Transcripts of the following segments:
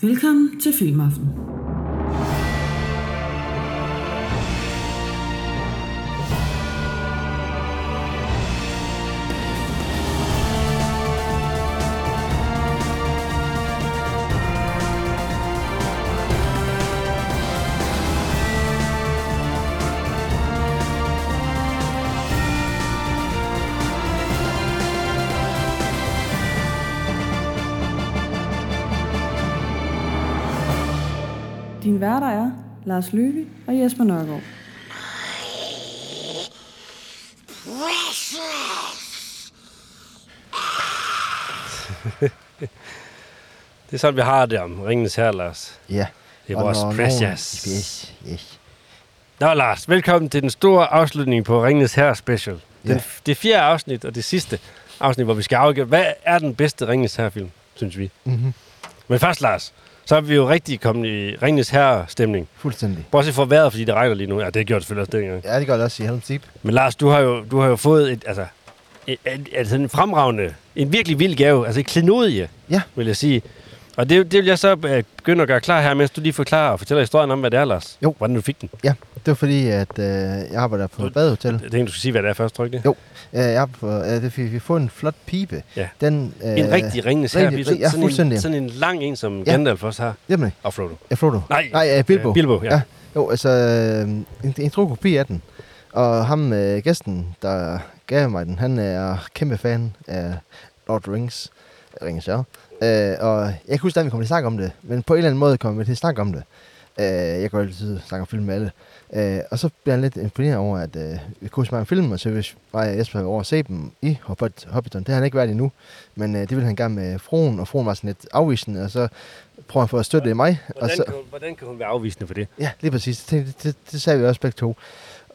Velkommen til Filmaften. Din værter er Lars Løkke og Jesper Nørgaard. Det er sådan, vi har det om Ringens her, Lars. Ja. Det er Og vores når precious. Nogen, yes, yes. Nå, Lars, velkommen til den store afslutning på Ringens her special. Den, Ja. f- Det fjerde afsnit og det sidste afsnit, hvor vi skal afgøre, hvad er den bedste Ringens her film synes vi. Mm-hmm. Men først, Lars, så er vi jo rigtig kommet i Ringens her stemning Fuldstændig. Bortset fra vejret, fordi det regner lige nu. Ja, det gjorde det selvfølgelig også dengang. Ja, det gør det også i Helm's Deep. Men Lars, du har jo, du har jo fået et, altså, et, et, altså en fremragende, en virkelig vild gave, altså et klenodie, Ja. vil jeg sige. Og det, det vil jeg så øh, begynde at gøre klar her, mens du lige forklarer og fortæller historien om, hvad det er, Lars. Jo. Hvordan du fik den. Ja, det var fordi, at øh, jeg arbejder på et badehotel. Jeg tænkte, du skulle sige, hvad det er først, tror jeg ikke det? Jo, øh, jeg arbejder på, øh, det er fordi, vi får en flot pibe. Ja. Den, øh, En rigtig ringenes her. rigtig- Sådan, ja, sådan, en, fuldstændig. sådan en lang en, som Ja. Gandalf også har. Jamen, Og Frodo. jeg Frodo. Nej. Nej, øh, Bilbo. Øh, Bilbo, ja. ja. Jo, altså, øh, en, en tro kopi af den. Og ham, øh, gæsten, der gav mig den, han er kæmpe fan af Lord Rings. Ringes ja. Øh, og jeg kan huske, at vi kom til at snakke om det, men på en eller anden måde kom vi til at snakke om det. Øh, jeg går jo altid og snakker om film med alle. Øh, og så bliver han lidt imponeret over, at øh, vi kunne så mange film, og så hvis mig og Jesper var over at se dem i Hobbit- Hobbiton. Det har han ikke været endnu, men øh, det ville han gerne med fruen, og fruen var sådan lidt afvisende, og så prøver han på at støtte mig. og Hvordan, så, kan hun, hvordan kan hun være afvisende for det? Ja, lige præcis. Det, det, det, det sagde vi også begge to.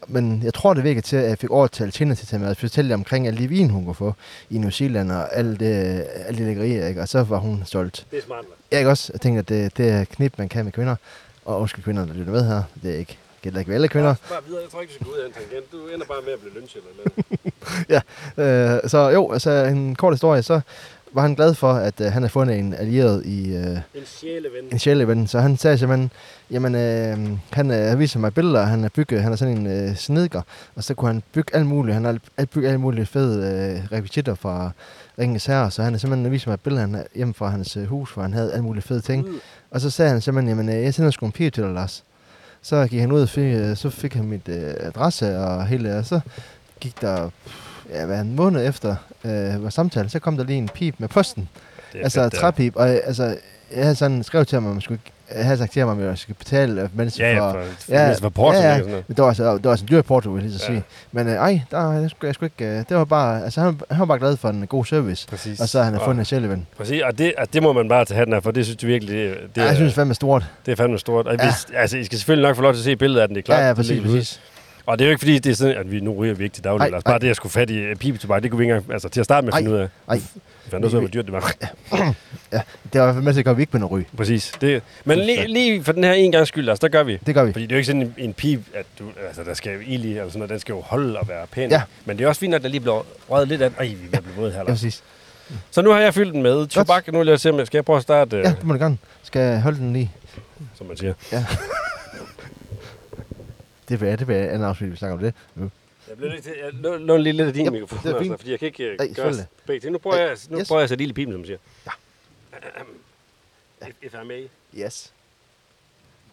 Men jeg tror, det virkede til, at jeg fik overtalt Tina til at tage med og fortælle omkring alt det vin, hun kunne få i New Zealand og alt det, alt det lækkerier, ikke? Og så var hun stolt. Det er smart, Lars. Jeg ikke også Jeg tænkte, at det, det er knip, man kan med kvinder. Og undskyld kvinder, der lytter med her. Det er ikke gælder ikke ved alle kvinder. Bare videre. Jeg tror ikke, du skal gå ud af en tangent. Du ender bare med at blive lynchet eller noget. Øh, så jo, altså en kort historie, så var han glad for, at øh, han havde fundet en allieret i, øh, En sjæleven. en sjæleven, så han sagde simpelthen, jamen øh, han øh, viser mig billeder, han har bygget, han er sådan en øh, snedker, og så kunne han bygge alt muligt, han har alt- bygget alt muligt fede øh, repeationer fra Ringens Herre, så han har simpelthen vist mig billeder han har hjemme fra hans øh, hus, hvor han havde alt muligt fede ting, Mm. og så sagde han simpelthen, jamen øh, jeg sender sgu en pige til dig, Lars. Så gik han ud, og fik, øh, så fik han mit øh, adresse og hele, og så gik der ja, hvad, en måned efter øh, vores samtale, så kom der lige en pip med posten, Det er Altså fedt, det er. træpip, og øh, altså, jeg havde sådan skrev til ham, at man skulle, jeg havde sagt til ham, at jeg skulle betale øh, mens Ja, ja, for, for, ja, for Porto. ja, ja. eller sådan noget. Men det var altså, det var altså en dyr porto, vil jeg lige så Ja. sige. Men øh, ej, der, jeg, skulle, jeg skulle ikke, øh, det var bare, altså han, han var bare glad for en god service. Præcis. Og så han har fundet en sjældeven. Præcis, og det, altså, det må man bare tage hatten af, for det synes jeg virkelig, det, er- det, Ja, jeg synes er, fandme stort. det er fandme stort. Og hvis, altså, I skal selvfølgelig nok få lov til at se billedet af den, det er klart. Ja, ja, det præcis, ligger præcis. ude. Og det er jo ikke fordi, det er sådan, at vi nu ryger vi ikke til daglig. Ej, Ej, altså, bare ej. det, at jeg skulle fat i øh, pibetobak, det kunne vi ikke engang, altså til at starte med at Ej, finde ud af. ej. Vi fandt også ud af, hvor dyrt det var. Det var i hvert fald med til at komme, vi ikke på noget ryg. Præcis. Det, men Det er lige, fedt. lige for den her en gang skyld, Lars, der gør vi. Det gør vi. Fordi det er jo ikke sådan en, en pip, at du, altså, der skal jo ild i, eller sådan noget, den skal jo holde og være pæn. Ja. Men det er også fint, at der lige bliver røget lidt af. Ej, vi er blevet våde her, Ja, Lars. præcis. Så nu har jeg fyldt den med tobak, og nu vil jeg se, om jeg skal jeg prøve at starte, øh, Ja, det må du gerne. Skal jeg holde den lige? som man siger. Det vil jeg, det vil jeg, anden afsnit, vi snakker om det. Nu. Jeg blev nødt til, jeg lå, lå lige lidt af din Yep, yep, mikrofon, det er altså, fint. fordi jeg kan ikke øh, Ej, gøre selvfølgelig. begge ting. Nu prøver Ej, jeg, nu yes. prøver jeg at sætte ild i pipen, som man siger. Ja. If, if I may. Yes.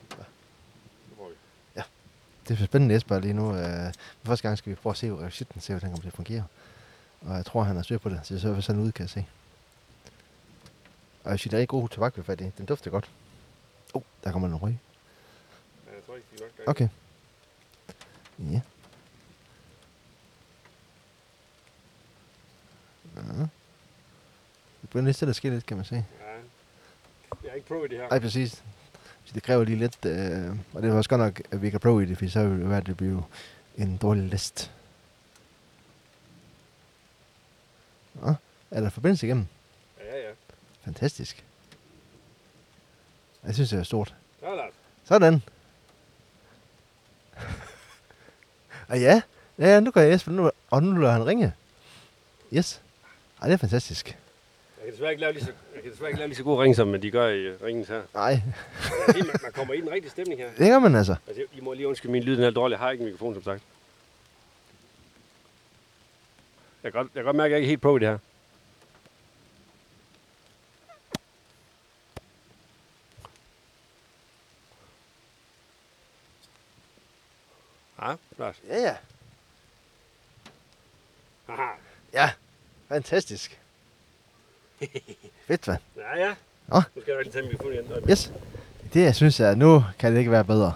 Nu prøver vi. Det er spændende Jesper lige nu. Øh, for første gang skal vi prøve at se hvor reciten, se hvordan kommer til at fungere. Og jeg tror, han har styr på det, så det ser i hvert fald sådan ud, kan jeg se. Og jeg synes, der er rigtig god tobak, vi har fat i. Den dufter godt. Oh, der kommer noget røg. Men Jeg tror ikke, de nok gør det. Okay. Ja. Ja. Det begynder lidt stille at ske lidt, kan man se. Ja. Jeg har ikke prøvet det her. Ej, præcis. Så det kræver lige lidt, øh, og det er også godt nok, at vi ikke er pro i det, for så ville det være, at det blev en dårlig list. Nå, er der forbindelse igennem? Ja, ja, ja. Fantastisk. Jeg synes, det er stort. Så er Lars. Sådan. og ja, ja, ja, nu kan jeg Jesper, nu, og nu lader han ringe. Yes. Ej, det er fantastisk. Jeg kan desværre ikke lave lige så, jeg kan kan desværre ikke lave lige så god ring, som de gør i øh, ringen her. Nej, Man, man kommer i den rigtige stemning her. det gør man altså. Altså, I må lige undskylde min lyd, den er lidt dårlig. Jeg har ikke en mikrofon, som sagt. Jeg kan godt, jeg kan godt mærke, at jeg ikke er helt på i det her. Ja, Lars. Ja, ja. Haha. Ja, fantastisk. Fedt, hvad? Ja, ja. Nå. Nu skal jeg lige tage min mikrofon igen. Yes. Det, jeg synes, er, at nu kan det ikke være bedre.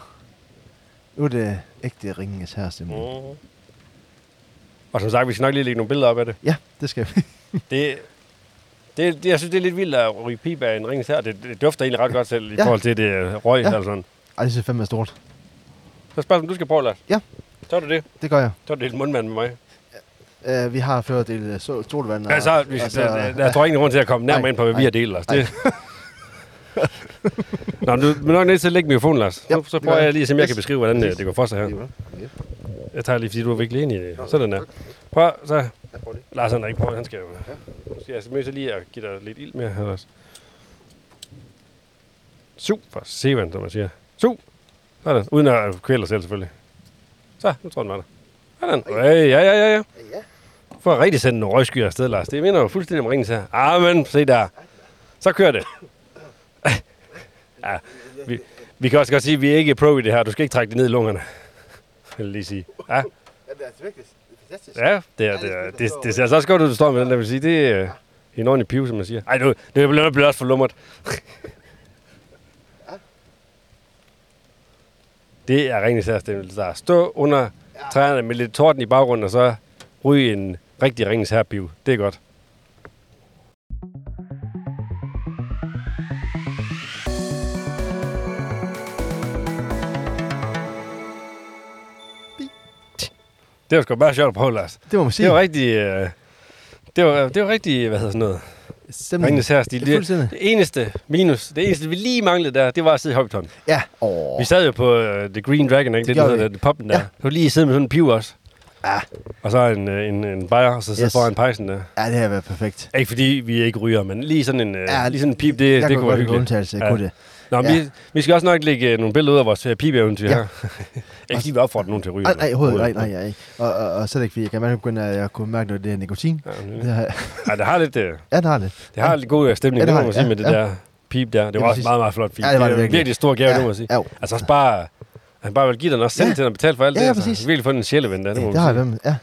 Nu er det ægte ringenes herre stemning. Mm. Og som sagt, vi skal nok lige lægge nogle billeder op af det. Ja, det skal vi. Det, det, det jeg synes, det er lidt vildt at ryge pib af en ringes her. Det, det, dufter egentlig ret godt selv i Ja. ja. forhold til det øh, røg Ja. ja. eller sådan. Ej, det synes jeg fandme er stort. Så spørgsmålet, du skal prøve, Lars. Ja. Så er det det. Det gør jeg. Så er det lidt mundmand med mig. Uh, vi har før delt øh, sol- solvand. og- Ja, så, vi, og altså, der, der, tror ingen grund til at komme nærmere Nej, ind på, hvad vi nej, har delt, Lars. Det. Nå, men du er nok nødt til at lægge mikrofonen, Lars. Ja, Ja, så det gør prøver jeg. jeg lige, som jeg Yes. kan beskrive, hvordan øh, Yes. det går for sig her. Ja. Jeg tager lige, fordi du er virkelig enig i det. Sådan der. Prøv, så. prøver lige. Lars han er ikke på, han skal jo. Ja. Jeg skal nødt til lige at give dig lidt ild mere her også. Super seven, som man siger. Super. Sådan. Uden at kvæle dig selv, selvfølgelig. Så, nu tror jeg, den var der. Sådan. Hey, ja, ja, ja, ja. Ja. For at rigtig sende nogle røgskyer afsted, Lars. Det minder jo fuldstændig om ringen her. Ah, men se der. Så kører det. ja, vi, vi kan også godt sige, at vi er ikke pro i det her. Du skal ikke trække det ned i lungerne. Vil jeg lige sige. Ja. det er virkelig fantastisk. Ja, det, er, det, er, det, det ser altså også godt ud, du står med den der, vil sige. Det er øh, en ordentlig piv, som man siger. Ej, nu, det bliver bliver også for lummert. det er rigtig særstemmelse, der er. Stå under træerne med lidt torden i baggrunden, og så ryge en rigtig ringens herpiv. Det er godt. Det var sgu bare sjovt at prøve, Lars. Det må man sige. Det var rigtig... Øh, det var, det var rigtig, hvad hedder sådan noget, Stemning. Ringenes Herre-stil. Mm. Det er Det, det, fuldstændig. eneste minus, det eneste, vi lige manglede der, det var at sidde i Hobbiton. Ja. Åh. Vi sad jo på uh, The Green Dragon, ikke? Det, det gjorde hedder vi. det, poppen der. Ja. Ja. Så lige sidde med sådan en piv også. Ja. Og så en, øh, en, en bajer, og så sidde Yes. yes. foran pejsen der. Ja, det har været perfekt. Ikke fordi vi ikke ryger, men lige sådan en, ja, lige sådan en pip, det, jeg det kunne kunne være godt lide hyggeligt. undtagelse, jeg Ja. kunne det. Nå, men Ja. vi, vi skal også nok lægge øh, nogle billeder ud af vores øh, pibeeventyr Ja. ja. her. ikke lige vil opfordre nogen til at ryge. Ej, eller- nej, overhovedet, nej, nej, nej. Og, og, og slet ikke, fordi jeg kan mærke, begynde, at jeg kunne mærke noget af det her nikotin. Ja, men- Det har, Ej, det har lidt, øh, ja, det har det. det har lidt god øh, Ja, stemning, det det har må man det, sige, ja, med det ja. der pip der. Det var også præcis. meget, meget flot pip. Ja, det var det er virkelig. virkelig stor gave, Ja, det må man sige. jo. Altså også bare, han bare vil give den også selv Ja. til, at betale for alt Ja, det. ja, altså. præcis. Virkelig fundet en sjæleven der, det må man det har jeg sige. været med, ja.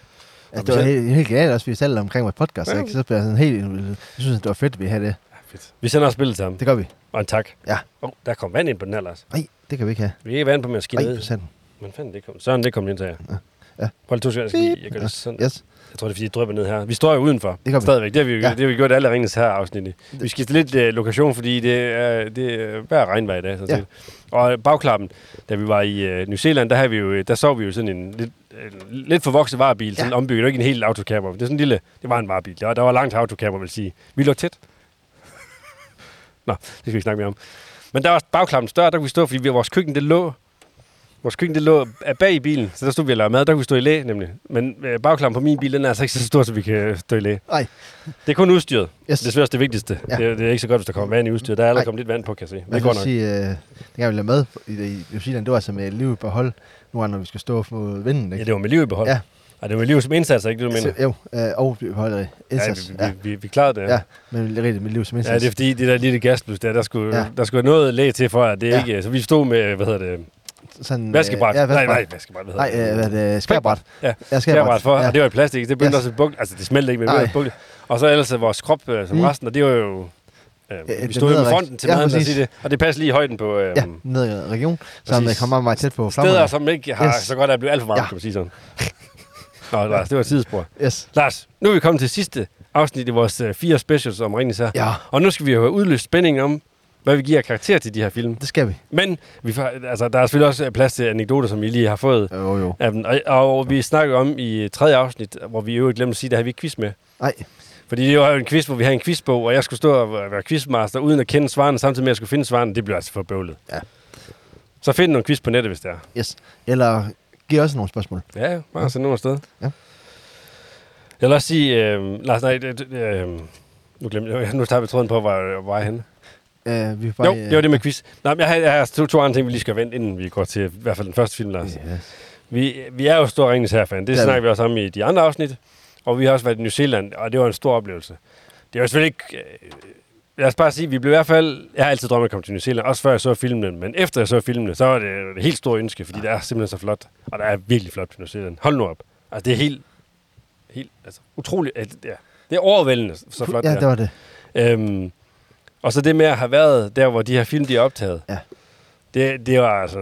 Ja, Og det var vi helt, helt genialt også, vi talte omkring vores podcast, Ja. ikke? Så blev jeg sådan helt... Jeg synes, det var fedt, at vi havde det. Fedt. Vi sender også billedet sammen. Det gør vi. Og en tak. Ja. Oh, der kom vand ind på den her, Lars. Nej, det kan vi ikke have. Vi er ikke vand på, men jeg skal Nej, ned. for sanden. Men fanden, det kom. Sådan, det kom ind til jer. Ja. Hold to sekunder, jeg skal lige, jeg gør det sådan. Yes. Jeg tror, det er, fordi jeg drypper ned her. Vi står jo udenfor. Det gør vi. Stadigvæk. Det har vi, jo- Ja. det har vi gjort i alle ringes her afsnit. Vi skifter lidt øh, lokation, fordi det er, det er hver regnvejr i dag. Sådan Ja. ja. set. Og bagklappen, da vi var i øh, New Zealand, der, havde vi jo, øh, der så vi jo sådan en lidt, øh, lidt for vokset varebil, sådan Ja. ja. ombygget. Det var ikke en helt autocamper. Det, er sådan en lille, det var en varebil. Der, var- der var langt til autocamper, vil jeg sige. Vi lå tæt. Nå, det skal vi ikke snakke mere om. Men der var bagklappen større, der kunne vi stå, fordi vi, vores køkken, det lå Vores køkken, det lå af bag i bilen, så der stod vi og lavede mad. Der kunne vi stå i læ, nemlig. Men øh, bagklammen på min bil, den er altså ikke så stor, så vi kan øh, stå i læ. Nej, Det er kun udstyret. Yes. Yes. Det er selvfølgelig også det vigtigste. Ja. Ja. Det, er, det, er ikke så godt, hvis der kommer vand i udstyret. Der er Nej. allerede kommet lidt vand på, kan jeg se. jeg Det går vil nok. sige, øh, dengang vi lavede mad i, i New Zealand, det var altså med liv på hold, nu er når vi skal stå mod vinden, Ja, ikke? det var med liv i behold. Ja. Ja. Og det var med liv som indsats, ikke det, du mener? Så- Jo, øh, og vi holder indsats. Ja, vi, vi, vi, vi klarede det. Ja, Ja. men det er rigtigt, mit liv som Ja, indsats. det er fordi, det der lille gasblus der, der skulle, Ja. ja. der skulle noget læg til for, at det Ja. ja. ikke... Så vi stod med, hvad hedder det, Sådan, øh, vaskebræt. Ja, nej, nej, vaskebræt. vaskebræt, hvad Nej, hedder øh, det? hvad er det? Skærbræt. Ja, Ja, skærbræt for, Ja. og det var i plastik, det begyndte Yes. yes. også at bukke, altså det smeltede ikke, men det Nej. begyndte at bukke. Og så ellers vores krop øh, som Mm. mm. resten, og det var jo, det øh, vi stod jo med nedadrikt. fronten til Ja, maden, og, præcis. sige det, og det passer lige i højden på øh, Ja, ned i region, som øh, Præcis. kommer meget, meget tæt på flammerne. steder, som ikke har Yes. yes. så godt af at blive alt for varmt, Ja. ja. kan man sige sådan. Nå, Lars, det var et sidespor. Yes. Lars, nu er vi kommet til sidste afsnit i vores øh, fire specials om Ringnes her. Ja, Og nu skal vi jo have udløst spændingen om, hvad vi giver karakter til de her film. det skal vi. Men vi får, altså, der er selvfølgelig også øh, plads til anekdoter, som I lige har fået. Jo, jo. af dem. Og, og vi snakker om i øh, tredje afsnit, hvor vi i øvrigt glemte at sige, der havde vi ikke quiz med. Nej, Fordi det var jo en quiz, hvor vi havde en quizbog, og jeg skulle stå og være quizmaster uden at kende svarene, samtidig med at jeg skulle finde svarene. Det blev altså for bøvlet. Ja. Så find nogle quiz på nettet, hvis det er. yes. Eller giv også nogle spørgsmål. Ja, bare send nogle afsted. Ja. øhm, Jeg vil også sige, øh, Lars, nej, det, det, øh, Nu glemte jeg, nu tager vi tråden på, hvor hvor var jeg henne. Øh, vi er Jo, det var det med quiz. Nej, men jeg har, jeg har to, to andre ting, vi lige skal vente, inden vi går til i hvert fald den første film, Lars. Yes. Vi, vi er jo store Ringens Herre-fan. Det er vi. snakker vi også om i de andre afsnit. Og vi har også været i New Zealand, og det var en stor oplevelse. Det var selvfølgelig ikke... Øh, lad os bare sige, vi blev i hvert fald... Jeg har altid drømt om at komme til New Zealand, også før jeg så filmen. Men efter jeg så filmen, så var det et helt stort ønske, fordi det er simpelthen så flot. Og der er virkelig flot på New Zealand. Hold nu op. Altså, det er helt... helt altså, utroligt... at- Ja. Det er overvældende, så flot Ja, det er. det var det. Øhm, og så det med at have været der, hvor de her film, de er optaget. Ja. Det, det, var altså,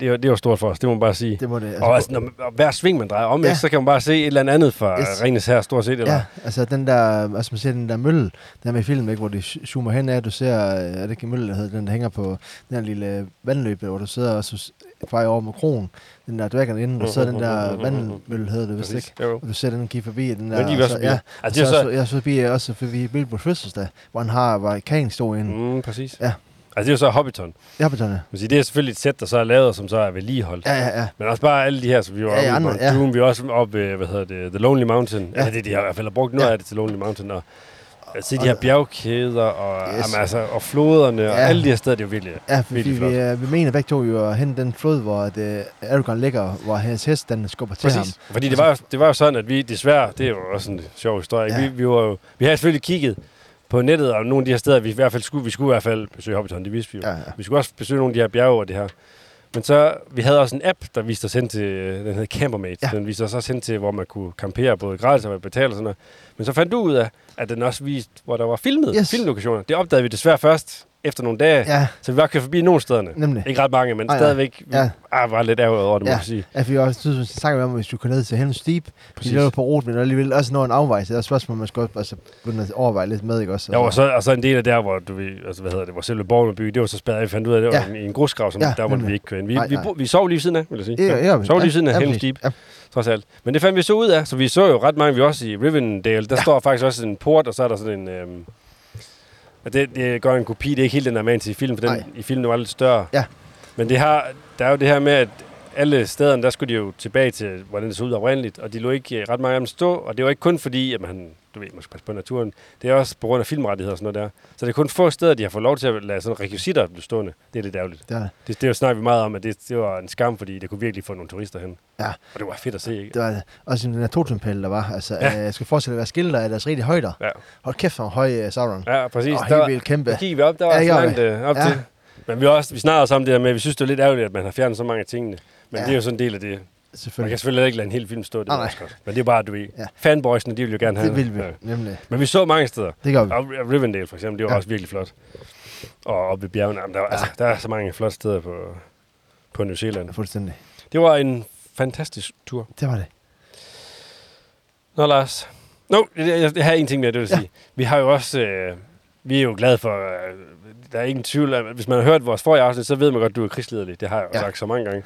det, var, det var stort for os, det må man bare sige. Det må det. Altså, og altså, når man, og hver sving, man drejer om, Ja. ja. så kan man bare se et eller andet andet fra Yes. yes. Ringens Herre, stort set. Eller? Ja, altså den der, altså man ser den der mølle, der med i filmen, ikke, hvor de z- zoomer hen af, du ser, øh, er det ikke en mølle, der hedder, den der hænger på den her lille vandløb, hvor du sidder og så vej over med krogen, den der dvækkerne inden, og så den der vandmølle hedder det, vist ikke? Jo, jo. Og du ser den gik forbi, den der, Men de er og også så, forbi. ja, Altså, så, det er så... så, jeg så forbi øh, også forbi Bilbo's fødselsdag, hvor han har vulkanhistorien. Mm. Mm, præcis. Ja. Altså, det er jo så Hobbiton. Ja, på tonne. Man siger, det er selvfølgelig et sæt, der så er lavet, og som så er vedligeholdt. Ja, ja, ja. Men også bare alle de her, som vi var Ja, ja, ja, oppe andre, i ja. ja. Doom, vi var også oppe ved, hvad hedder det, The Lonely Mountain. Ja. Ja. Altså, det, er de har i hvert fald har brugt noget Ja. ja. af det til Lonely Mountain. Og altså, de Og- her bjergkæder og, Yes. yes. jamen, altså, og floderne og Ja. alle de her steder, det er jo virkelig... Ja, fordi Virkelig vi, flot. øh, vi mener begge to jo at hente den flod, hvor at, øh, Aragorn ligger, hvor hans hest, den skubber til ham. Præcis. Fordi det var, jo- det var jo sådan, at vi desværre, det er jo også en sjov historie, ikke? Ja. vi, vi, var jo, vi har selvfølgelig kigget på nettet, og nogle af de her steder, vi i hvert fald skulle, vi skulle i hvert fald besøge Hobbiton, det vidste vi jo. Ja, ja. Vi skulle også besøge nogle af de her bjerge og det her. Men så, vi havde også en app, der viste os hen til, øh, den hed Campermate. Ja. Ja. Den viste os også hen til, hvor man kunne campere både gratis og betale og sådan noget. Men så fandt du ud af, at den også viste, hvor der var filmet, Yes. yes. filmlokationer. Det opdagede vi desværre først efter nogle dage, ja. Ja, så vi var kørt forbi nogle stederne. nemlig. Ikke ret mange, men Nej, nej. stadigvæk Ja. ja. ah, var lidt ærgerligt over det, ja. må Ja. jeg sige. At vi også synes, vi snakker om, hvis du går ned til Helms Deep, Præcis. Præcis. de løber på ruten, men der alligevel også når en afvej, så det er et spørgsmål, man skal også altså, begynde at overveje lidt med, ikke også? Ja, og så, og så en del af der, hvor, du, ved, altså, hvad hedder det, hvor selve Borgen by, det var så spadet, vi fandt ud af, det var Ja. ja. en, i en grusgrav, som Ja, ja, der måtte nemlig. vi ikke køre ind. Vi, Nej, vi, nej. bo- vi sov lige siden af, vil jeg sige. Ja, ja, ja, sov lige siden af ja, Helms præcis. Deep. Ja, trods alt. Men det fandt vi så ud af, så vi så jo ret mange, vi også i Rivendell, der ja. står faktisk også en port, og så er der sådan en... Øhm, og det, det gør en kopi, det er ikke helt den, der er med til i filmen, for den Nej. i filmen var lidt større. Ja. Men det har, der er jo det her med, at alle stederne, der skulle de jo tilbage til, hvordan det så ud oprindeligt, og de lå ikke øh, ret mange af dem stå, og det var ikke kun fordi, at man, du ved, man skal passe på naturen, det er også på grund af filmrettigheder og sådan noget der. Så det er kun få steder, de har fået lov til at lade sådan rekvisitter blive stående. Det er lidt ærgerligt. det, var- Det, det snakker vi meget om, at det, det, var en skam, fordi det kunne virkelig få nogle turister hen. Ja. Og det var fedt at se, ikke? det var også den der totempæl, der var. Altså, ja. Ja. øh, jeg skal forestille at være skilter af deres rigtige højder. Ja. Hold kæft, hvor høj øh, Sauron. Ja, Ja, præcis. og der, helt var- vildt kæmpe. der gik vi op, der var Ja, ja, så gjorde langt øh, op Ja. ja. til. Men vi, har også, vi snakker også om det der med, at vi synes, det er lidt ærgerligt, at man har fjernet så mange af tingene. Men Ja. ja. det er jo sådan en del af det. Man Selvfølgelig. kan selvfølgelig ikke lade en hel film stå, det Nej, ah, nej. også godt. Men det er bare, du ved. Ja. Ja. Fanboysene, de vil jo gerne have Det vil vi, Ja. nemlig. Men vi så mange steder. Det gør vi. Og R- Rivendell for eksempel, det var Ja. ja. også virkelig flot. Og oppe i bjergene, jamen, der, var, altså, der er så mange flotte steder på, på New Zealand. Fuldstændig. Det var en fantastisk tur. Det var det. Nå, Lars. Nå, jeg, jeg, jeg har en ting mere, det vil Ja. ja. sige. Vi har jo også... Øh, vi er jo glade for... Øh, der er ingen tvivl om, at hvis man har hørt vores forrige afsnit, så ved man godt, at du er krigslederlig. Det har jeg jo Ja. ja. sagt så mange gange.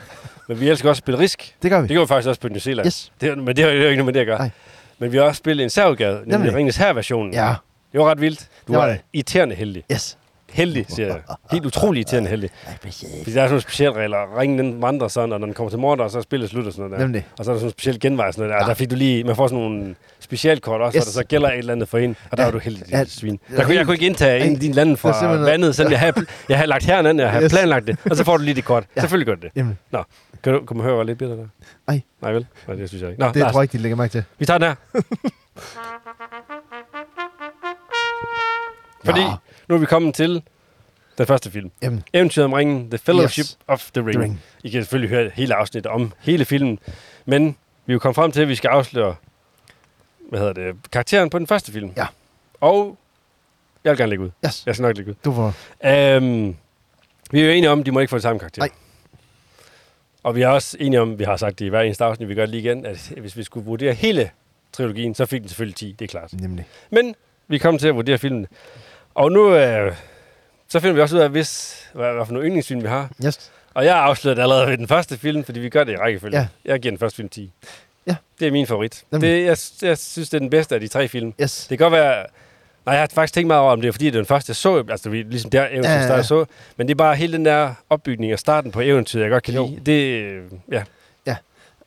Men vi elsker også at spille risk. Det gør vi. Det gjorde vi faktisk også på New Zealand. Yes. Det, er- men det har jo ikke noget med det at gøre. Nej. Nej. Men vi har også spillet en særudgave, Nemlig. nemlig Ringens Her-versionen. Ja. Det var ret vildt. Du Det var var det. irriterende heldig. Yes. Heldig, siger jeg. Helt utrolig irriterende heldig. Fordi der er sådan nogle specielle regler. Ringen den vandrer sådan, og når den kommer til morder, så er spillet slut og sådan noget der. Nemlig. Ah. Og så er der sådan en speciel genvej og sådan noget der. Ja. Der fik du lige, man får sådan nogle specialkort også, Yes. yes. hvor der så gælder et eller andet for en. Og der Ja. var du heldig, Ja. ja. svin. Der kunne, jeg kunne ikke indtage en af dine lande Det er fra simpelthen- vandet, selvom jeg havde, jeg havde lagt herren, jeg havde Yes. yes. planlagt det. Og så får du lige det kort. Ja. Ja. Selvfølgelig gør det. det. Nemlig. Nå, kan du, kan man høre, hvor lidt bitter der? Ej. Nej vel? Nej, det synes jeg ikke. Nå, Det Lars, tror jeg ikke, de lægger mærke til. vi tager den her. Fordi Nå. nu er vi kommet til den første film. Jamen, Eventyret om ringen, The Fellowship Yes. yes. of the Ring. The Ring. I kan selvfølgelig høre hele afsnittet om hele filmen, men vi er jo kommet frem til, at vi skal afsløre hvad hedder det, karakteren på den første film. Ja. Og jeg vil gerne lægge ud. yes. Jeg skal nok lægge ud. Du får... Øhm, vi er jo enige om, at de må ikke få det samme karakter. Nej. Og vi er også enige om, vi har sagt det i hver eneste afsnit, vi gør det lige igen, at hvis vi skulle vurdere hele trilogien, så fik den selvfølgelig 10, det er klart. Nemlig. Men vi kom til at vurdere filmen. Og nu øh, så finder vi også ud af, hvis, hvad, hvad for nogle yndlingsfilm vi har. Yes. Og jeg er afsløret allerede ved den første film, fordi vi gør det i rækkefølge. Ja. Ja. Jeg giver den første film 10. Ja. Det er min favorit. Nemlig. Det, jeg, jeg synes, det er den bedste af de tre film. Yes. Det kan godt være... Nej, jeg har faktisk tænkt meget over, om det er, fordi det er den første, jeg så. Altså, vi- ligesom der eventyr, Ja, ja, ja. ja, ja. jeg så. Men det er bare hele den der opbygning og starten på eventyret, jeg godt kan Jo. lide. Det, øh, ja.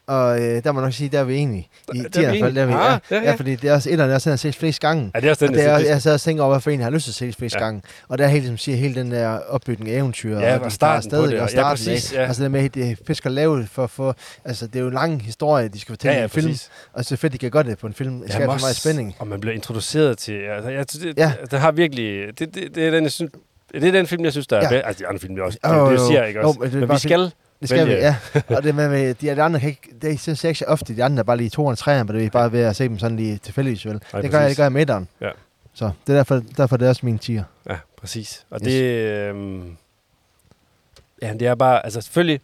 Og øh, der må jeg nok sige, der er vi enige. I, Der- der, der er der vi er vi enige. Der er vi, enige. ja, Ah, ja, ja, ja. ja. fordi det er også et, og det er også den, jeg har set flest gange. Ja, det er også Og den, det jeg er synes, også, det- jeg sad og tænkte over, hvorfor en har lyst til at se flest Ja. ja. gange. Og der er helt, som siger, hele den der opbygning af eventyr. Ja, og og de starten starter på stadig, det, og- og ja, starten præcis, af. ja. Altså det med, at det er fisk og lavet for at få... Altså det er jo en lang historie, de skal fortælle ja, i ja, en film. præcis. Og så fedt, de kan gøre det på en film. Det Jamen skaber så meget også- spænding. Og man bliver introduceret til... Altså, jeg, synes, det, ja. Ja. det, har virkelig... Det, det, det, er den, jeg synes, det er den film, jeg synes, der er Ja. ja. Altså, de andre film, jeg også, det, Jo, jo, det, jo. siger jeg ikke Jo, også. men det er men vi bare fordi- skal... Det skal vi, Vælge. ja. Og det med, med de, de andre kan ikke, det synes jeg ikke så ofte, de andre er bare lige toeren og treeren, men det er bare ved at se dem sådan lige tilfældigvis, vel? Nej, det gør jeg, præcis. det gør jeg med dem. Ja. Så det er derfor, derfor det er også min tier. Ja, præcis. Og yes. Yes. det... Øh, ja, det er bare... Altså, selvfølgelig...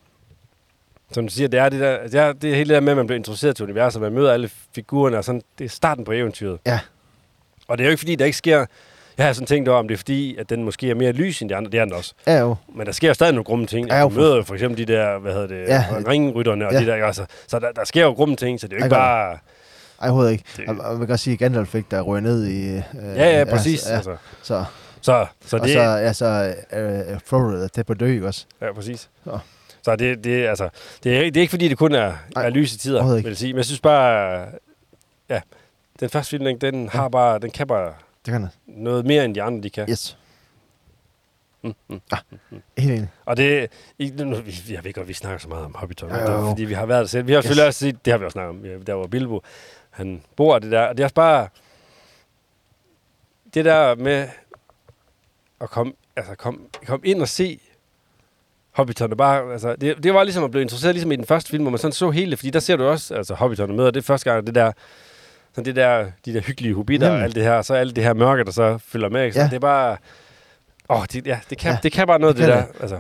Som du siger, det er, det, der, det, er, det er hele det der med, at man bliver introduceret til universet, man møder alle figurerne, og sådan, det er starten på eventyret. Ja. Og det er jo ikke, fordi der ikke sker... Jeg har sådan tænkt over, om det er fordi, at den måske er mere lys end de andre. Det er den også. Ja, jo. Men der sker jo stadig nogle grumme ting. Ja, Jeg jo, ja, møder jo for eksempel de der, hvad hedder det, ja, Ja. ringrytterne og ja. Ja. de der, ikke? altså, så der, der sker jo grumme ting, så det er jo ikke Ja, godt. bare... Ej, overhovedet ikke. Det- Og, og, man kan også sige, at Gandalf ikke, der ryger ned i... Øh, Ja, ja, præcis. Ja, Altså, så, så, så og det, så, ja, så øh, Frodo er tæt på at dø, ikke også? ja, præcis. Nå. Så det, det, altså, det, er, ikke- det er ikke fordi, det kun er, Nej, er lyse tider, overhovedet vil ikke. jeg sige. Men jeg synes bare, ja, den første film, den, den har bare, den kan bare Det kan han. noget mere, end de andre, de kan. Yes. Ah, Mm, mm. Helt enig. Og det, ikke, nu, vi, jeg ved godt, vi snakker så meget om Hobbiton, Jo, det er jo. fordi vi har været der selv. Vi har selvfølgelig også set, det har vi også snakket om, ja, der hvor Bilbo, han bor og det der. Og det er også bare, det der med at komme altså, kom, kom ind og se Hobbiton, bare, altså, det, det var ligesom at blive interesseret ligesom i den første film, hvor man sådan så hele det, fordi der ser du også, altså Hobbiton møder det er første gang, det der, sådan det der, de der hyggelige hobitter og Nemlig. alt det her, og så alt det her mørke, der så følger med, ikke? Så Ja. det er bare, åh, det, ja, det, kan, ja. Ja, det kan bare noget, det, det det kan der, altså.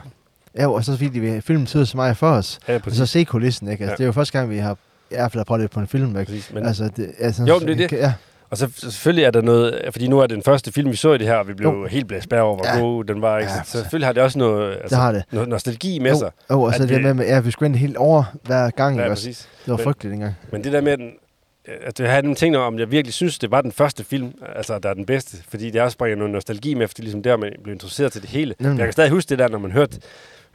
Ja, jo, og så fordi de vil filmen tid så meget for os. Ja, Og præcis. så se kulissen, ikke? Altså, Ja. ja. det er jo første gang, vi har i hvert fald har prøvet det på en film, ikke? præcis. Men, altså, altså, det, altså, Jo, men det er det. Ja, og så så selvfølgelig er der noget, fordi nu er det den første film, vi så i det her, og vi blev jo. Jo. helt blæst bag over, hvor ja. Ja. god den var. Ikke? Ja, Ja, altså. så selvfølgelig har det også noget, det altså, har det. noget nostalgi med Jo, sig. Jo, og så At det, det det- med, med, ja, vi skulle ind helt over hver gang, Ja, ikke også? præcis. Det var Men- frygteligt dengang. Men det der med, at den, øh, at jeg havde nogle ting om, jeg virkelig synes, det var den første film, altså der er den bedste, fordi det også bringer noget nostalgi med, fordi ligesom der, man blev interesseret til det hele. Nemlig. Men Jeg kan stadig huske det der, når man hørte,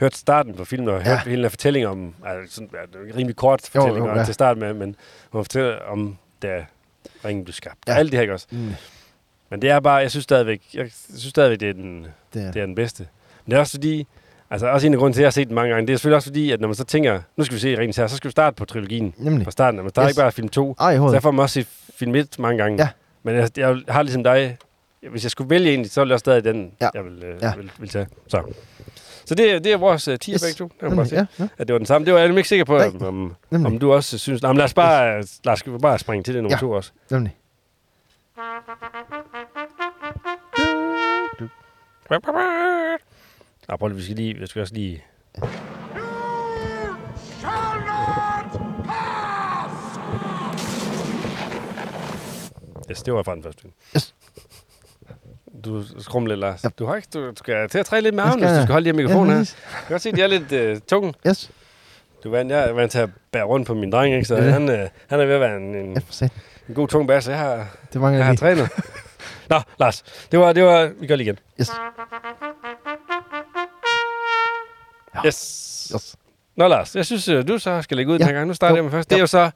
hørte starten på filmen, og Ja. hørte hele den her fortælling om, altså sådan, ja, det er en rimelig kort Jo, jo, fortælling jo, ja. til start med, men hvor man fortæller om, da ringen blev skabt. Ja. Ja. Alt det her ikke også. Mm, Men det er bare, jeg synes stadigvæk, jeg synes stadigvæk det, er den, det er det er den bedste. Men det er også fordi, altså også en af grunden til, at jeg har set den mange gange, det er selvfølgelig også fordi, at når man så tænker, nu skal vi se rent her, så skal vi starte på trilogien Nemlig. fra starten. af. Man starter Yes. ikke bare film 2, Ej, i så hovedet. derfor har man også set film 1 mange gange. Ja. Men jeg, jeg har ligesom dig, hvis jeg skulle vælge en, så ville jeg stadig den, Ja. jeg vil, øh, ja. Ja. vil, vil tage. Så, så det, det er vores uh, 10 yes. Yes. begge to. Det kan man bare Nemlig, se, ja, ja, At det var den samme. Det var jeg nemlig ikke sikker på, Nej. om, om, om nemlig, du også synes... Nå, men lad os bare, lad os bare springe til det nummer Ja. 2 også. nemlig. Ah, prøv lige, vi skal lige, vi skal også lige... Yes, det var fra den første film. Yes. Du skrumler, Lars. Ja. Du har ikke... Du skal til at træde lidt med Jeg armene, skal- hvis du skal holde lige mikrofonen her. ja, Jeg kan godt se, at de er lidt øh, tunge. Yes, Du er vant, jeg er vant til at bære rundt på min dreng, ikke? Så Det er det. han, øh, han er ved at være en, en, ja, for satan. en god tung basse. Jeg har, Det mangler jeg jeg har lige. trænet. Nå, Lars. Det var, det var... Vi gør lige igen. Yes, Yes. yes. Nå Lars, jeg synes, øh, du så skal lægge ud ja. den Ja. her gang. Nu starter Jo. jeg med først. Det er jo så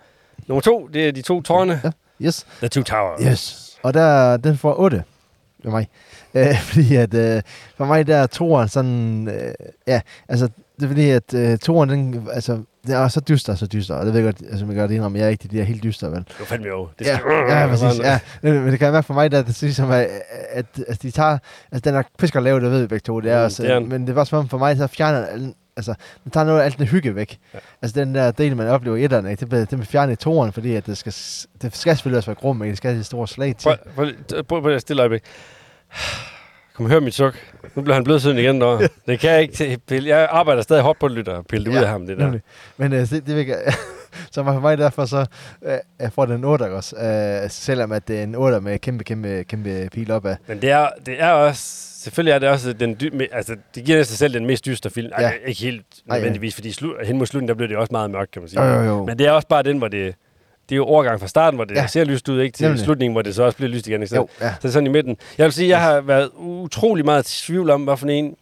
nummer to. Det er de to tårne. Ja. Ja. Yes, The Two Towers. yes. Og der, den får 8 for mig. Øh, fordi at, øh, for mig der er toeren sådan, øh, ja, altså, det er fordi, at øh, toeren, den, altså, det er så dyster, så dyster, og det ved jeg godt, altså, man gør det indrømme, jeg er ikke de der helt dyster, vel? Det var fandme jo. Det Ja, ja, præcis. Ja. Men men det kan jeg mærke for mig, der, det synes som, at, at, at de tager... Altså, den er pisk og lave, det ved vi begge to. Det er Mm, også, øh, det er den. men det var som om for mig, så fjerner den- Altså, den tager noget af alt den hygge væk. Ja. Ja. Altså, den der del, man oplever i etteren, ikke, det bliver, det bliver fjernet i toeren, fordi at det, skal, s- det skal selvfølgelig også være grum, men det skal have det store slag til. Prøv, prøv, prøv, prøv, prøv stille øjeblik. Kom, hør mit suk. Nu bliver han blødsøden igen derovre. Det kan jeg ikke til- pille. Jeg arbejder stadig hårdt på det, lytter. Pille det ud Ja, af ham, det der. Nemlig. Men øh, det, det virker... så for mig derfor så øh, jeg får den 8 også. Øh, selvom at det er en 8 med kæmpe, kæmpe, kæmpe pil opad. Men det er, det er også... Selvfølgelig er det også den dy, me- altså, det giver sig selv den mest dystre film. Ej, Ja. ikke helt Ej, ja. nødvendigvis, fordi slu, hen mod slutningen, der blev det også meget mørkt, kan man sige. Jo, jo, jo. Men det er også bare den, hvor det... Det er jo overgang fra starten, hvor det ja. Ja. ser lyst ud, ikke? Til Nemlig. Nemlig. slutningen, hvor det så også bliver lyst igen, ikke? Så, Jo, ja. Så det er sådan i midten. Jeg vil sige, jeg har været utrolig meget i tvivl om, hvad for en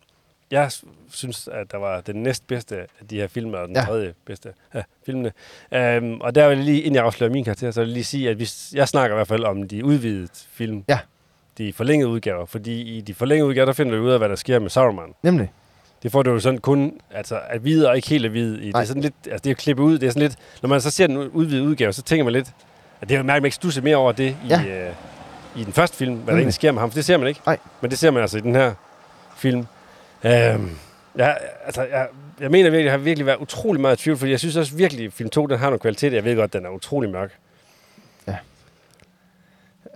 jeg s- synes, at der var den næstbedste af de her film, og den ja. Ja. tredje bedste af filmene. Um, og der vil jeg lige, inden jeg afslører min karakter, så vil jeg lige sige, at vi, s- jeg snakker i hvert fald om de udvidede film. Ja. De forlængede udgaver, fordi i de forlængede udgaver, der finder du ud af, hvad der sker med Sauron. Nemlig. Det får du jo sådan kun altså, at vide og ikke helt at vide. I. Det er Nej. sådan lidt, altså det er klippet ud, det er sådan lidt, når man så ser den udvidede udgave, så tænker man lidt, at det er jo mærkeligt, man ikke stusser mere over det i, ja. øh, i den første film, hvad der Nemlig. egentlig sker med ham, for det ser man ikke. Mm. Nej. Men det ser man altså i den her film. Øhm, jeg, altså, jeg, jeg mener virkelig, jeg har virkelig været utrolig meget i tvivl, fordi jeg synes også virkelig, at film 2, den har nogle kvaliteter. Jeg ved godt, den er utrolig mørk.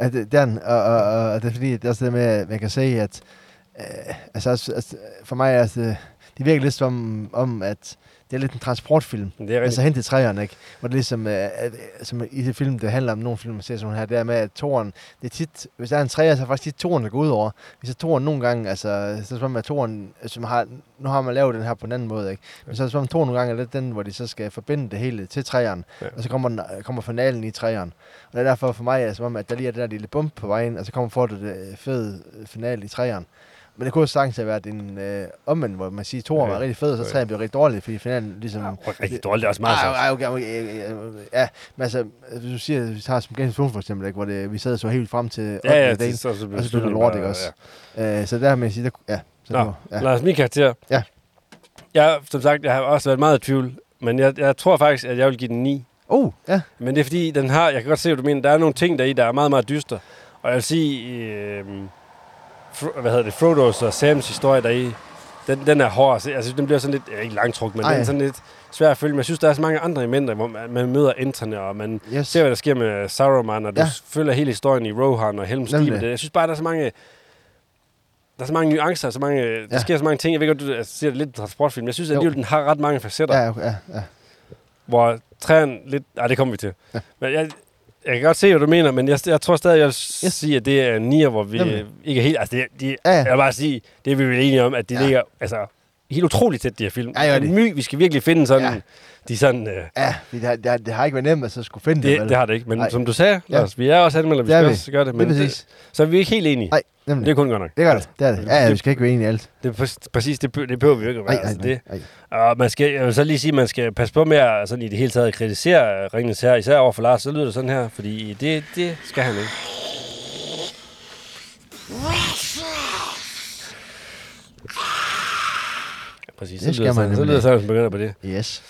Ja, det, det er øh, den, og, og, og, og det er fordi, det er også det med, at man kan se, at øh, altså, altså, altså, for mig, altså, det virker lidt som om, at det er lidt en transportfilm. Men det er Altså rigtig... hen til træerne, ikke? Hvor det ligesom, øh, at- som i det film, det handler om nogle film, man ser sådan her, det er med, at toren, det er tit, hvis der er en træer, så er det faktisk tit toren, der går ud over. Hvis så toren nogle gange, altså, så er det som om, at toren, øh, som har, nu har man lavet den her på en anden måde, ikke? Men så er det som om, toren nogle gange er lidt den, hvor de så skal forbinde det hele til træerne, Ja. ja. og så kommer, den, øh, kommer finalen i træerne. Og det er derfor for mig, er det som om, at der lige er den der lille bump på vejen, og så kommer får det, det øh, fede finale i træerne. Men det kunne også sagtens have været en øh, omvendt, hvor man siger, at toren Ja. var rigtig fed, og så Ja. træerne blev rigtig dårlig, fordi finalen ligesom... Ja, rigtig dårligt, det er også meget sjovt. Ej, ej, okay, okay, okay, okay, ja, men altså, hvis du siger, at vi tager som Games for eksempel, ikke, hvor det, vi sad så helt frem til Ja, ja, ottende dagen, det, så, så, og så blev det lort, ikke også? Øh, så der har man sige, der, ja, så Nå, det var, Ja. ja. Lars, min karakter. Ja. Jeg, som sagt, jeg har også været meget i tvivl, men jeg, jeg tror faktisk, at jeg vil give den 9. Oh, ja, Men det er fordi, den har, jeg kan godt se, hvad du mener, der er nogle ting deri, der er meget, meget dyster. Og jeg vil sige, øh, Fro- hvad hedder det, Frodo's og Sams historie deri, den, den er hård. at se. Altså, den bliver sådan lidt, ja, ikke langtrukt, men Ej. Ej. den er sådan lidt svær at følge. Men jeg synes, der er så mange andre elementer, hvor man, man møder enterne, og man yes. ser, hvad der sker med Saruman, og du ja. Ja. følger hele historien i Rohan og Helm's Nemlig. Deep. Det- Jeg synes bare, der er så mange... Der er så mange nuancer, så mange, ja. der Ja. sker så mange ting. Jeg ved godt, du altså, ser det lidt en transportfilm. Jeg synes Jo. alligevel, den har ret mange facetter, ja. ja, okay, ja, ja. hvor træerne lidt... Nej, det kommer vi til. Ja. Men jeg, jeg kan godt se, hvad du mener, men jeg, jeg tror stadig, jeg vil yes. Yes. sige, at det er en nier, hvor vi Nemlig. Jamen. ikke er helt... Altså, det, er- de, ja. Ja, ja. Jeg vil bare sige, det er vi vel enige om, at de ja. Ja. ligger altså, helt utroligt tæt, de her film. Ja, jo, Det er det- en my, vi skal virkelig finde sådan... Ja. Ja. De sådan... Øh, ja fordi det, har, det, har, det har ikke været nemt at så skulle finde det, det, vel? det, har det ikke, men Nej. som du sagde, Ja. Lars, vi er også anmelder, vi Det er skal vi. også gøre det, det er men præcis. det, så er vi ikke helt enige. Nej, nemlig. Det er kun godt nok. Det gør det, det er det. Ja, ja, vi skal ikke være enige i alt. Det er præ- præcis, det, bø- det behøver vi jo ikke at Nej, være. nej, altså, nej, det, nej. og man skal, jeg vil så lige sige, at man skal passe på med at sådan i det hele taget at kritisere øh, Ringens her, især over for Lars, så lyder det sådan her, fordi det, det skal han ikke. Ja, Præcis, så Det skal lyder, man sådan, så nemlig lyder det sådan, hvis man begynder på det. Yes.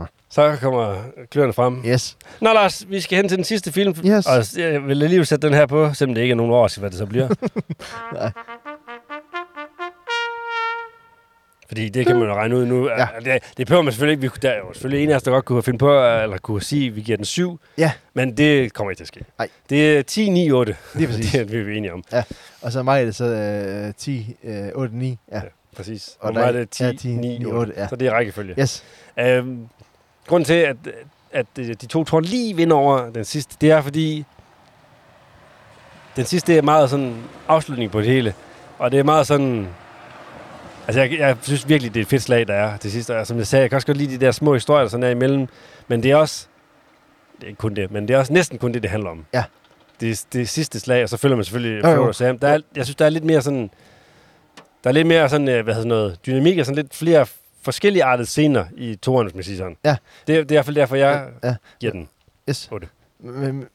Ah. Så kommer kløerne frem. Yes. Nå Lars, vi skal hen til den sidste film, Yes. og jeg vil alligevel sætte den her på, selvom det ikke er nogen år, hvad det så bliver. Fordi det kan man jo regne ud nu. Ja. Ja. Det, det behøver man selvfølgelig ikke. Vi, der er jo selvfølgelig en af os, der godt kunne finde på, øh, eller kunne sige, at vi giver den syv. Ja. Men det kommer ikke til at ske. Nej. Det er 10, 9, 8. Lige præcis. Det er vi er enige om. Og så mig er det så øh, 10, øh, 8, 9. Ja. Præcis. Og Og, der mig er er- det 10, ja, 10 9, 8. 8 ja. ja. Så det er rækkefølge. Yes. Øhm, grunden til, at, at øh, de to tror lige vinder over den sidste, det er fordi, den sidste er meget sådan afslutning på det hele. Og det er meget sådan... Altså, jeg, jeg synes virkelig, det er et fedt slag, der er til sidst. Og som jeg sagde, jeg kan også godt lide de der små historier, der sådan er imellem. Men det er også... Det er ikke kun det, men det er også næsten kun det, det handler om. Ja. Det, det sidste slag, og så følger man selvfølgelig Jo, jo. Frodo og Sam. Der er, jeg synes, der er lidt mere sådan... Der er lidt mere sådan, øh, hvad hedder sådan noget, dynamik og sådan lidt flere forskellige artede scener i toren, hvis man siger sådan. Ja. Det, er- det er i hvert fald derfor, jeg Ja, ja. giver den. Yes. Otte. M-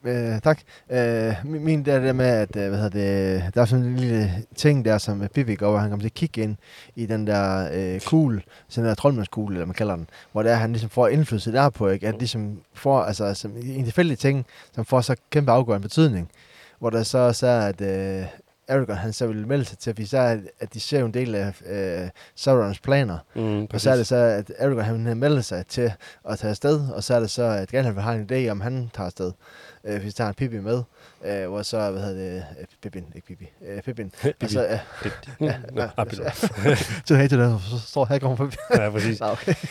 m- øh, tak. Øh, min- min der er det der med, at øh, hvad hedder det, der er sådan en lille ting der, som øh, Bibi går over, han kommer til at kigge ind i den der øh, kugle, sådan der troldmandskugle, eller man kalder den, hvor der han ligesom får indflydelse derpå, ikke? At ligesom får, altså som en tilfældig ting, som får så kæmpe afgørende betydning, hvor der så også er, at øh, Aragorn, han så vil melde sig til, fordi så er, at de ser jo en del af øh, Saurons planer, Mm, og så er det så, at Aragorn han melder sig til at tage afsted, og så er det så, at Gandalf har en idé om, han tager afsted. Øh, hvis han tager en Pippi med, øh, hvor så, hvad hedder det, øh, Pippin, ikke Pippi, øh, Pippin. Og så, øh, ja, ja, ja, ja, så hater det, så står her kommer Pippi. ja, præcis. Nå, okay.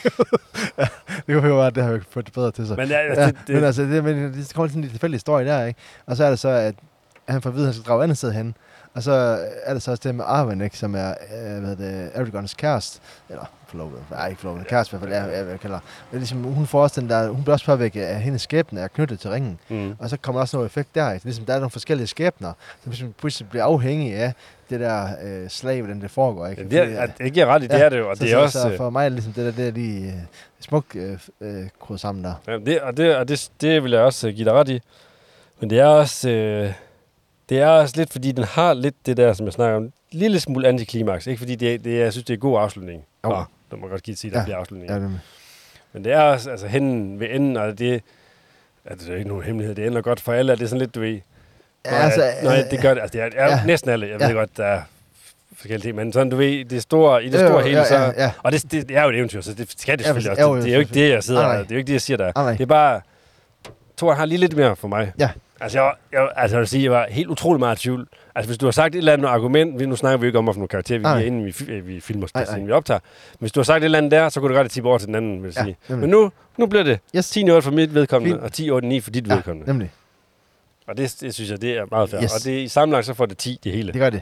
Ja, det kunne jo være, at det har vi fået det bedre til sig. Men ja, Ja, altså, det, men det, altså, det, men det kommer sådan en lidt tilfældig historie der, ikke? Og så er det så, at han får at vide, at han skal drage andet sted hen. Og så er der så også det med Arwen, ikke, som er øh, hvad hedder det, Aragorns kæreste. Eller forlovet. Nej, ikke forlovet. Kæreste i hvert fald, jeg, jeg, jeg kalder. Det er ligesom, hun får også den der, hun bliver også påvirket af at hendes skæbne er knyttet til ringen. Mm. Og så kommer der også noget effekt der. ikke? Ligesom der er nogle forskellige skæbner, som ligesom pludselig bliver afhængige af det der øh, slag, hvordan det foregår. Ikke? Ja, det, Fordi, er, at- det giver ret i, det ja, er det jo, og så, det er så, også... øh, Så for mig er det ligesom det der, det er lige øh, smukt øh, øh, krydret sammen der. Ja, det, og det, og det, det vil jeg også øh, give dig ret i. Men det er også, øh, det er også lidt, fordi den har lidt det der, som jeg snakker om, en lille smule antiklimaks. Ikke fordi det, det, jeg synes, det er en god afslutning. Jo. Nå, det må jeg godt give sige, der Ja, bliver afslutninger. Ja, det er Men det er også, altså hen ved enden, og det, altså, det er ikke nogen hemmelighed, det ender godt for alle, og det er sådan lidt, du ved, Ja, når, altså, jeg, når jeg, øh, det gør det, altså det er, er ja. ja, næsten alle, jeg ja. Ja. ved godt, der er forskellige ting, men sådan, du ved, det store, i det Jo, store jo, hele, ja, så, ja, ja. og det, det, det, er jo et eventyr, så det skal det Ja, selvfølgelig præcis. også, Jo, jo, det, det, er jo ikke det, jeg sidder, Nej, nej. det er jo ikke det, jeg siger der, Ah, nej. det er bare, Toren har lige lidt mere for mig. Ja. Altså, jeg, var- jeg, altså, jeg vil sige, jeg var helt utrolig meget i tvivl. Altså, hvis du har sagt et eller andet argument, vi- nu snakker vi jo ikke om, hvilken karakter vi Nej. giver, inden vi, fi- øh, vi filmer, Nej, nej, nej. inden vi optager. Men hvis du har sagt et eller andet der, så kunne du godt tippe over til den anden, vil jeg Ja, sige. nemlig. Men nu, nu bliver det Yes. 10-8 for mit vedkommende, Fint. og 10-8-9 for dit ja, ja, vedkommende. nemlig. Og det, det, synes jeg, det er meget fair. Yes. Yes. Og det, i sammenlagt, så får det 10 det hele. Det gør det.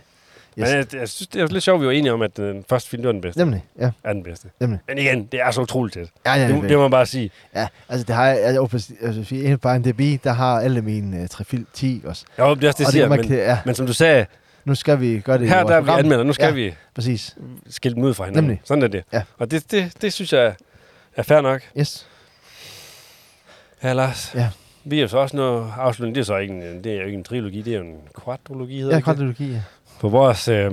Men jeg, jeg, synes, det er lidt sjovt, vi var enige om, at den første film det var den bedste. Nemlig, ja. Er den bedste. Nemlig. Men igen, det er så utroligt tæt. Ja, ja, Det, det må man bare sige. ja. Altså, det har jeg, jeg, jeg, jeg, jeg, jeg, altså, på IMDb, der har alle mine øh, 3 film 10 også. Jeg håber, det er også det, jeg Og det siger. kan man men, ikke- ja. men som du sagde, Nu skal vi gøre det i her vores der er vi program. anmelder, nu skal ja, ja. vi præcis. skille dem ud fra hinanden. Nemlig. Nemlig. Sådan er det. Ja. Og det, det, det synes jeg er fair nok. Yes. Ja, Lars. Ja. Vi er jo så også noget afslutning. Det er, så ikke en, det er jo ikke en trilogi, det er jo en quadrologi, hedder Ja, ikke det? kvantologi, ja. På vores, øh,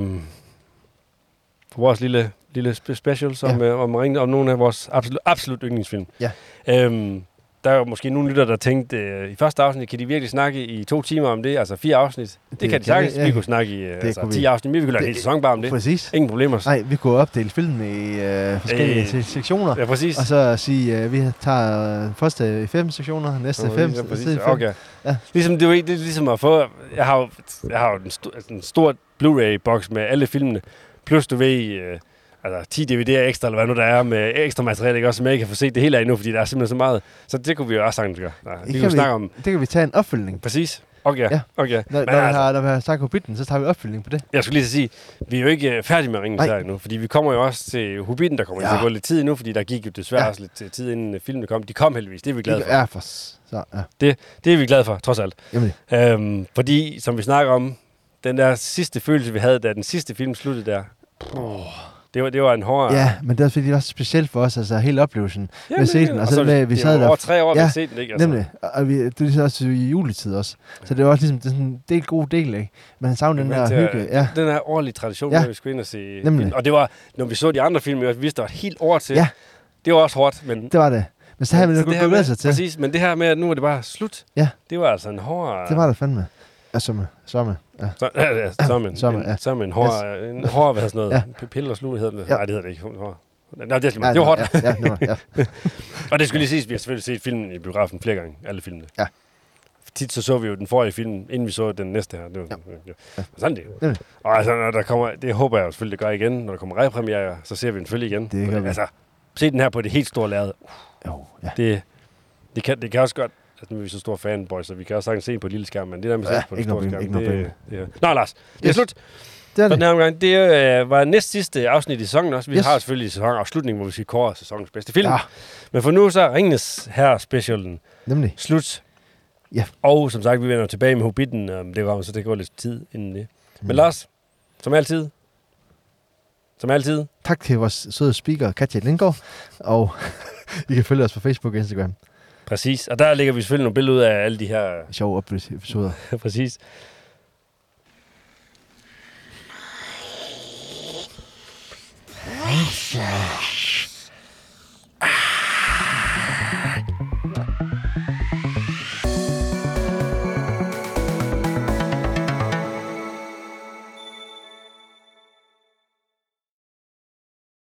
på vores lille, lille spe- special, som ja. øh, om, ringen- om nogle af vores absolut, absolut yndlingsfilm. Ja. Øhm, der er jo måske nogle lytter, der tænkte, øh, i første afsnit, kan de virkelig snakke i to timer om det? Altså fire afsnit? Det, det kan de sagtens. Ja. Vi kunne snakke i øh, altså, kunne vi. ti afsnit. Vi kunne lave en Det- hel sæson bare om det. Præcis. Ingen problemer. Nej, vi kunne opdele filmen i øh, forskellige Øh, se- sektioner. Ja, præcis. Og så sige, at øh, vi tager øh, første i fem sektioner, næste i fem, Ja, præcis. sidste i fem. Okay. Ja. Ja. Ligesom, det, er jo ikke, det er ligesom at få... Jeg har jo, jeg har jo en, sto, altså en stor Blu-ray-boks med alle filmene, plus du ved... Øh, altså 10 DVD'er ekstra, eller hvad nu der er, med ekstra materiale, ikke? også, som jeg ikke kan få set det hele af endnu, fordi der er simpelthen så meget. Så det kunne vi jo også sagtens gøre. Nej, vi kan kunne vi. snakke om... Det kan vi tage en opfølgning. Præcis. Okay, Ja. ja. okay. Men Når, når, vi altså, har, når vi har snakket om Hobbiten, så tager vi opfølgning på det. jeg skulle lige til at sige, vi er jo ikke øh, færdige med Ringens Nej. Herre endnu, fordi vi kommer jo også til Hobbiten, der kommer ja. til at Ja. gå lidt tid endnu, fordi der gik jo desværre Ja. ja. også lidt øh, tid, inden øh, filmene kom. De kom heldigvis, det er vi glade for. Ja, for s- så, ja. Det er vi glade for, trods alt. Jamen, Øhm, fordi, som vi snakker om, den der sidste følelse, vi havde, da den sidste film sluttede der, det var, det var en hård... ja, men det er også fordi, det var så specielt for os, altså hele oplevelsen. Ja, vi har set den, og så det med, at vi sad der... der- over tre år, ja, vi Ja, har set den, ikke? Altså. Nemlig, og og vi, det er så også i juletid også. Så det var også ligesom, det er sådan, det er en god del, ikke? Men han savner den Men der til- hygge. Ja, Den her årlige tradition, Ja. ja. hvor vi skulle ind og se... Nemlig. film. Og det var, når vi så de andre film, vi også vidste, der var et helt år til. Ja. Det var også hårdt, men... det var det. Men så havde man Så jo det her kunnet glæde med- sig til. Præcis, men det her med, at nu er det bare slut, Ja. det var altså en hård... Det var det fandme. Ja, som, som, ja. Så, ja, ja, som en, Som, som, en, ja. ja. som en hård, en hård, hvad hedder sådan noget, ja. pille og slut hedder det. Ja. Ja. Nej, det hedder det ikke. Hård. Nej, det, er, det, Ja, det var hårdt. Ja, ja, det var- ja. Og det skulle lige siges, vi har selvfølgelig set filmen i biografen flere gange, alle filmene. Ja. Tit så så vi jo den forrige film, inden vi så den næste her. Det var, ja. Ja. Men Sådan er det Nemlig. jo. Og altså, når der kommer, det håber jeg jo selvfølgelig, det gør igen. Når der kommer repremiere, så ser vi den selvfølgelig igen. Det gør vi. Altså, se den her på det helt store lærred. Jo, ja. Det, det, kan, det kan også godt... Altså, nu er vi så store fanboys, så vi kan også sagtens se den på lille skærm, men det der med at se Ja, den på den ikke store noget skærm, problem, ikke det, det, det, Nå, Lars, det er Yes. slut. Det For er den det. her omgang, det øh, var næst sidste afsnit i sæsonen også. Vi yes. Yes. har selvfølgelig sæsonafslutning, hvor vi skal kåre sæsonens bedste film. Ja. Ja. Men for nu så er Ringenes her specialen Nemlig. slut. Ja. Og som sagt, vi vender tilbage med Hobbiten, um, det kommer, så det går lidt tid inden det. Men Mm. Lars, som altid, som altid, Tak til vores søde speaker, Katja Lindgaard. Og I kan følge os på Facebook og Instagram. præcis. Og der lægger vi selvfølgelig nogle billeder ud af alle de her, Sjove oplevelser- episoder. præcis.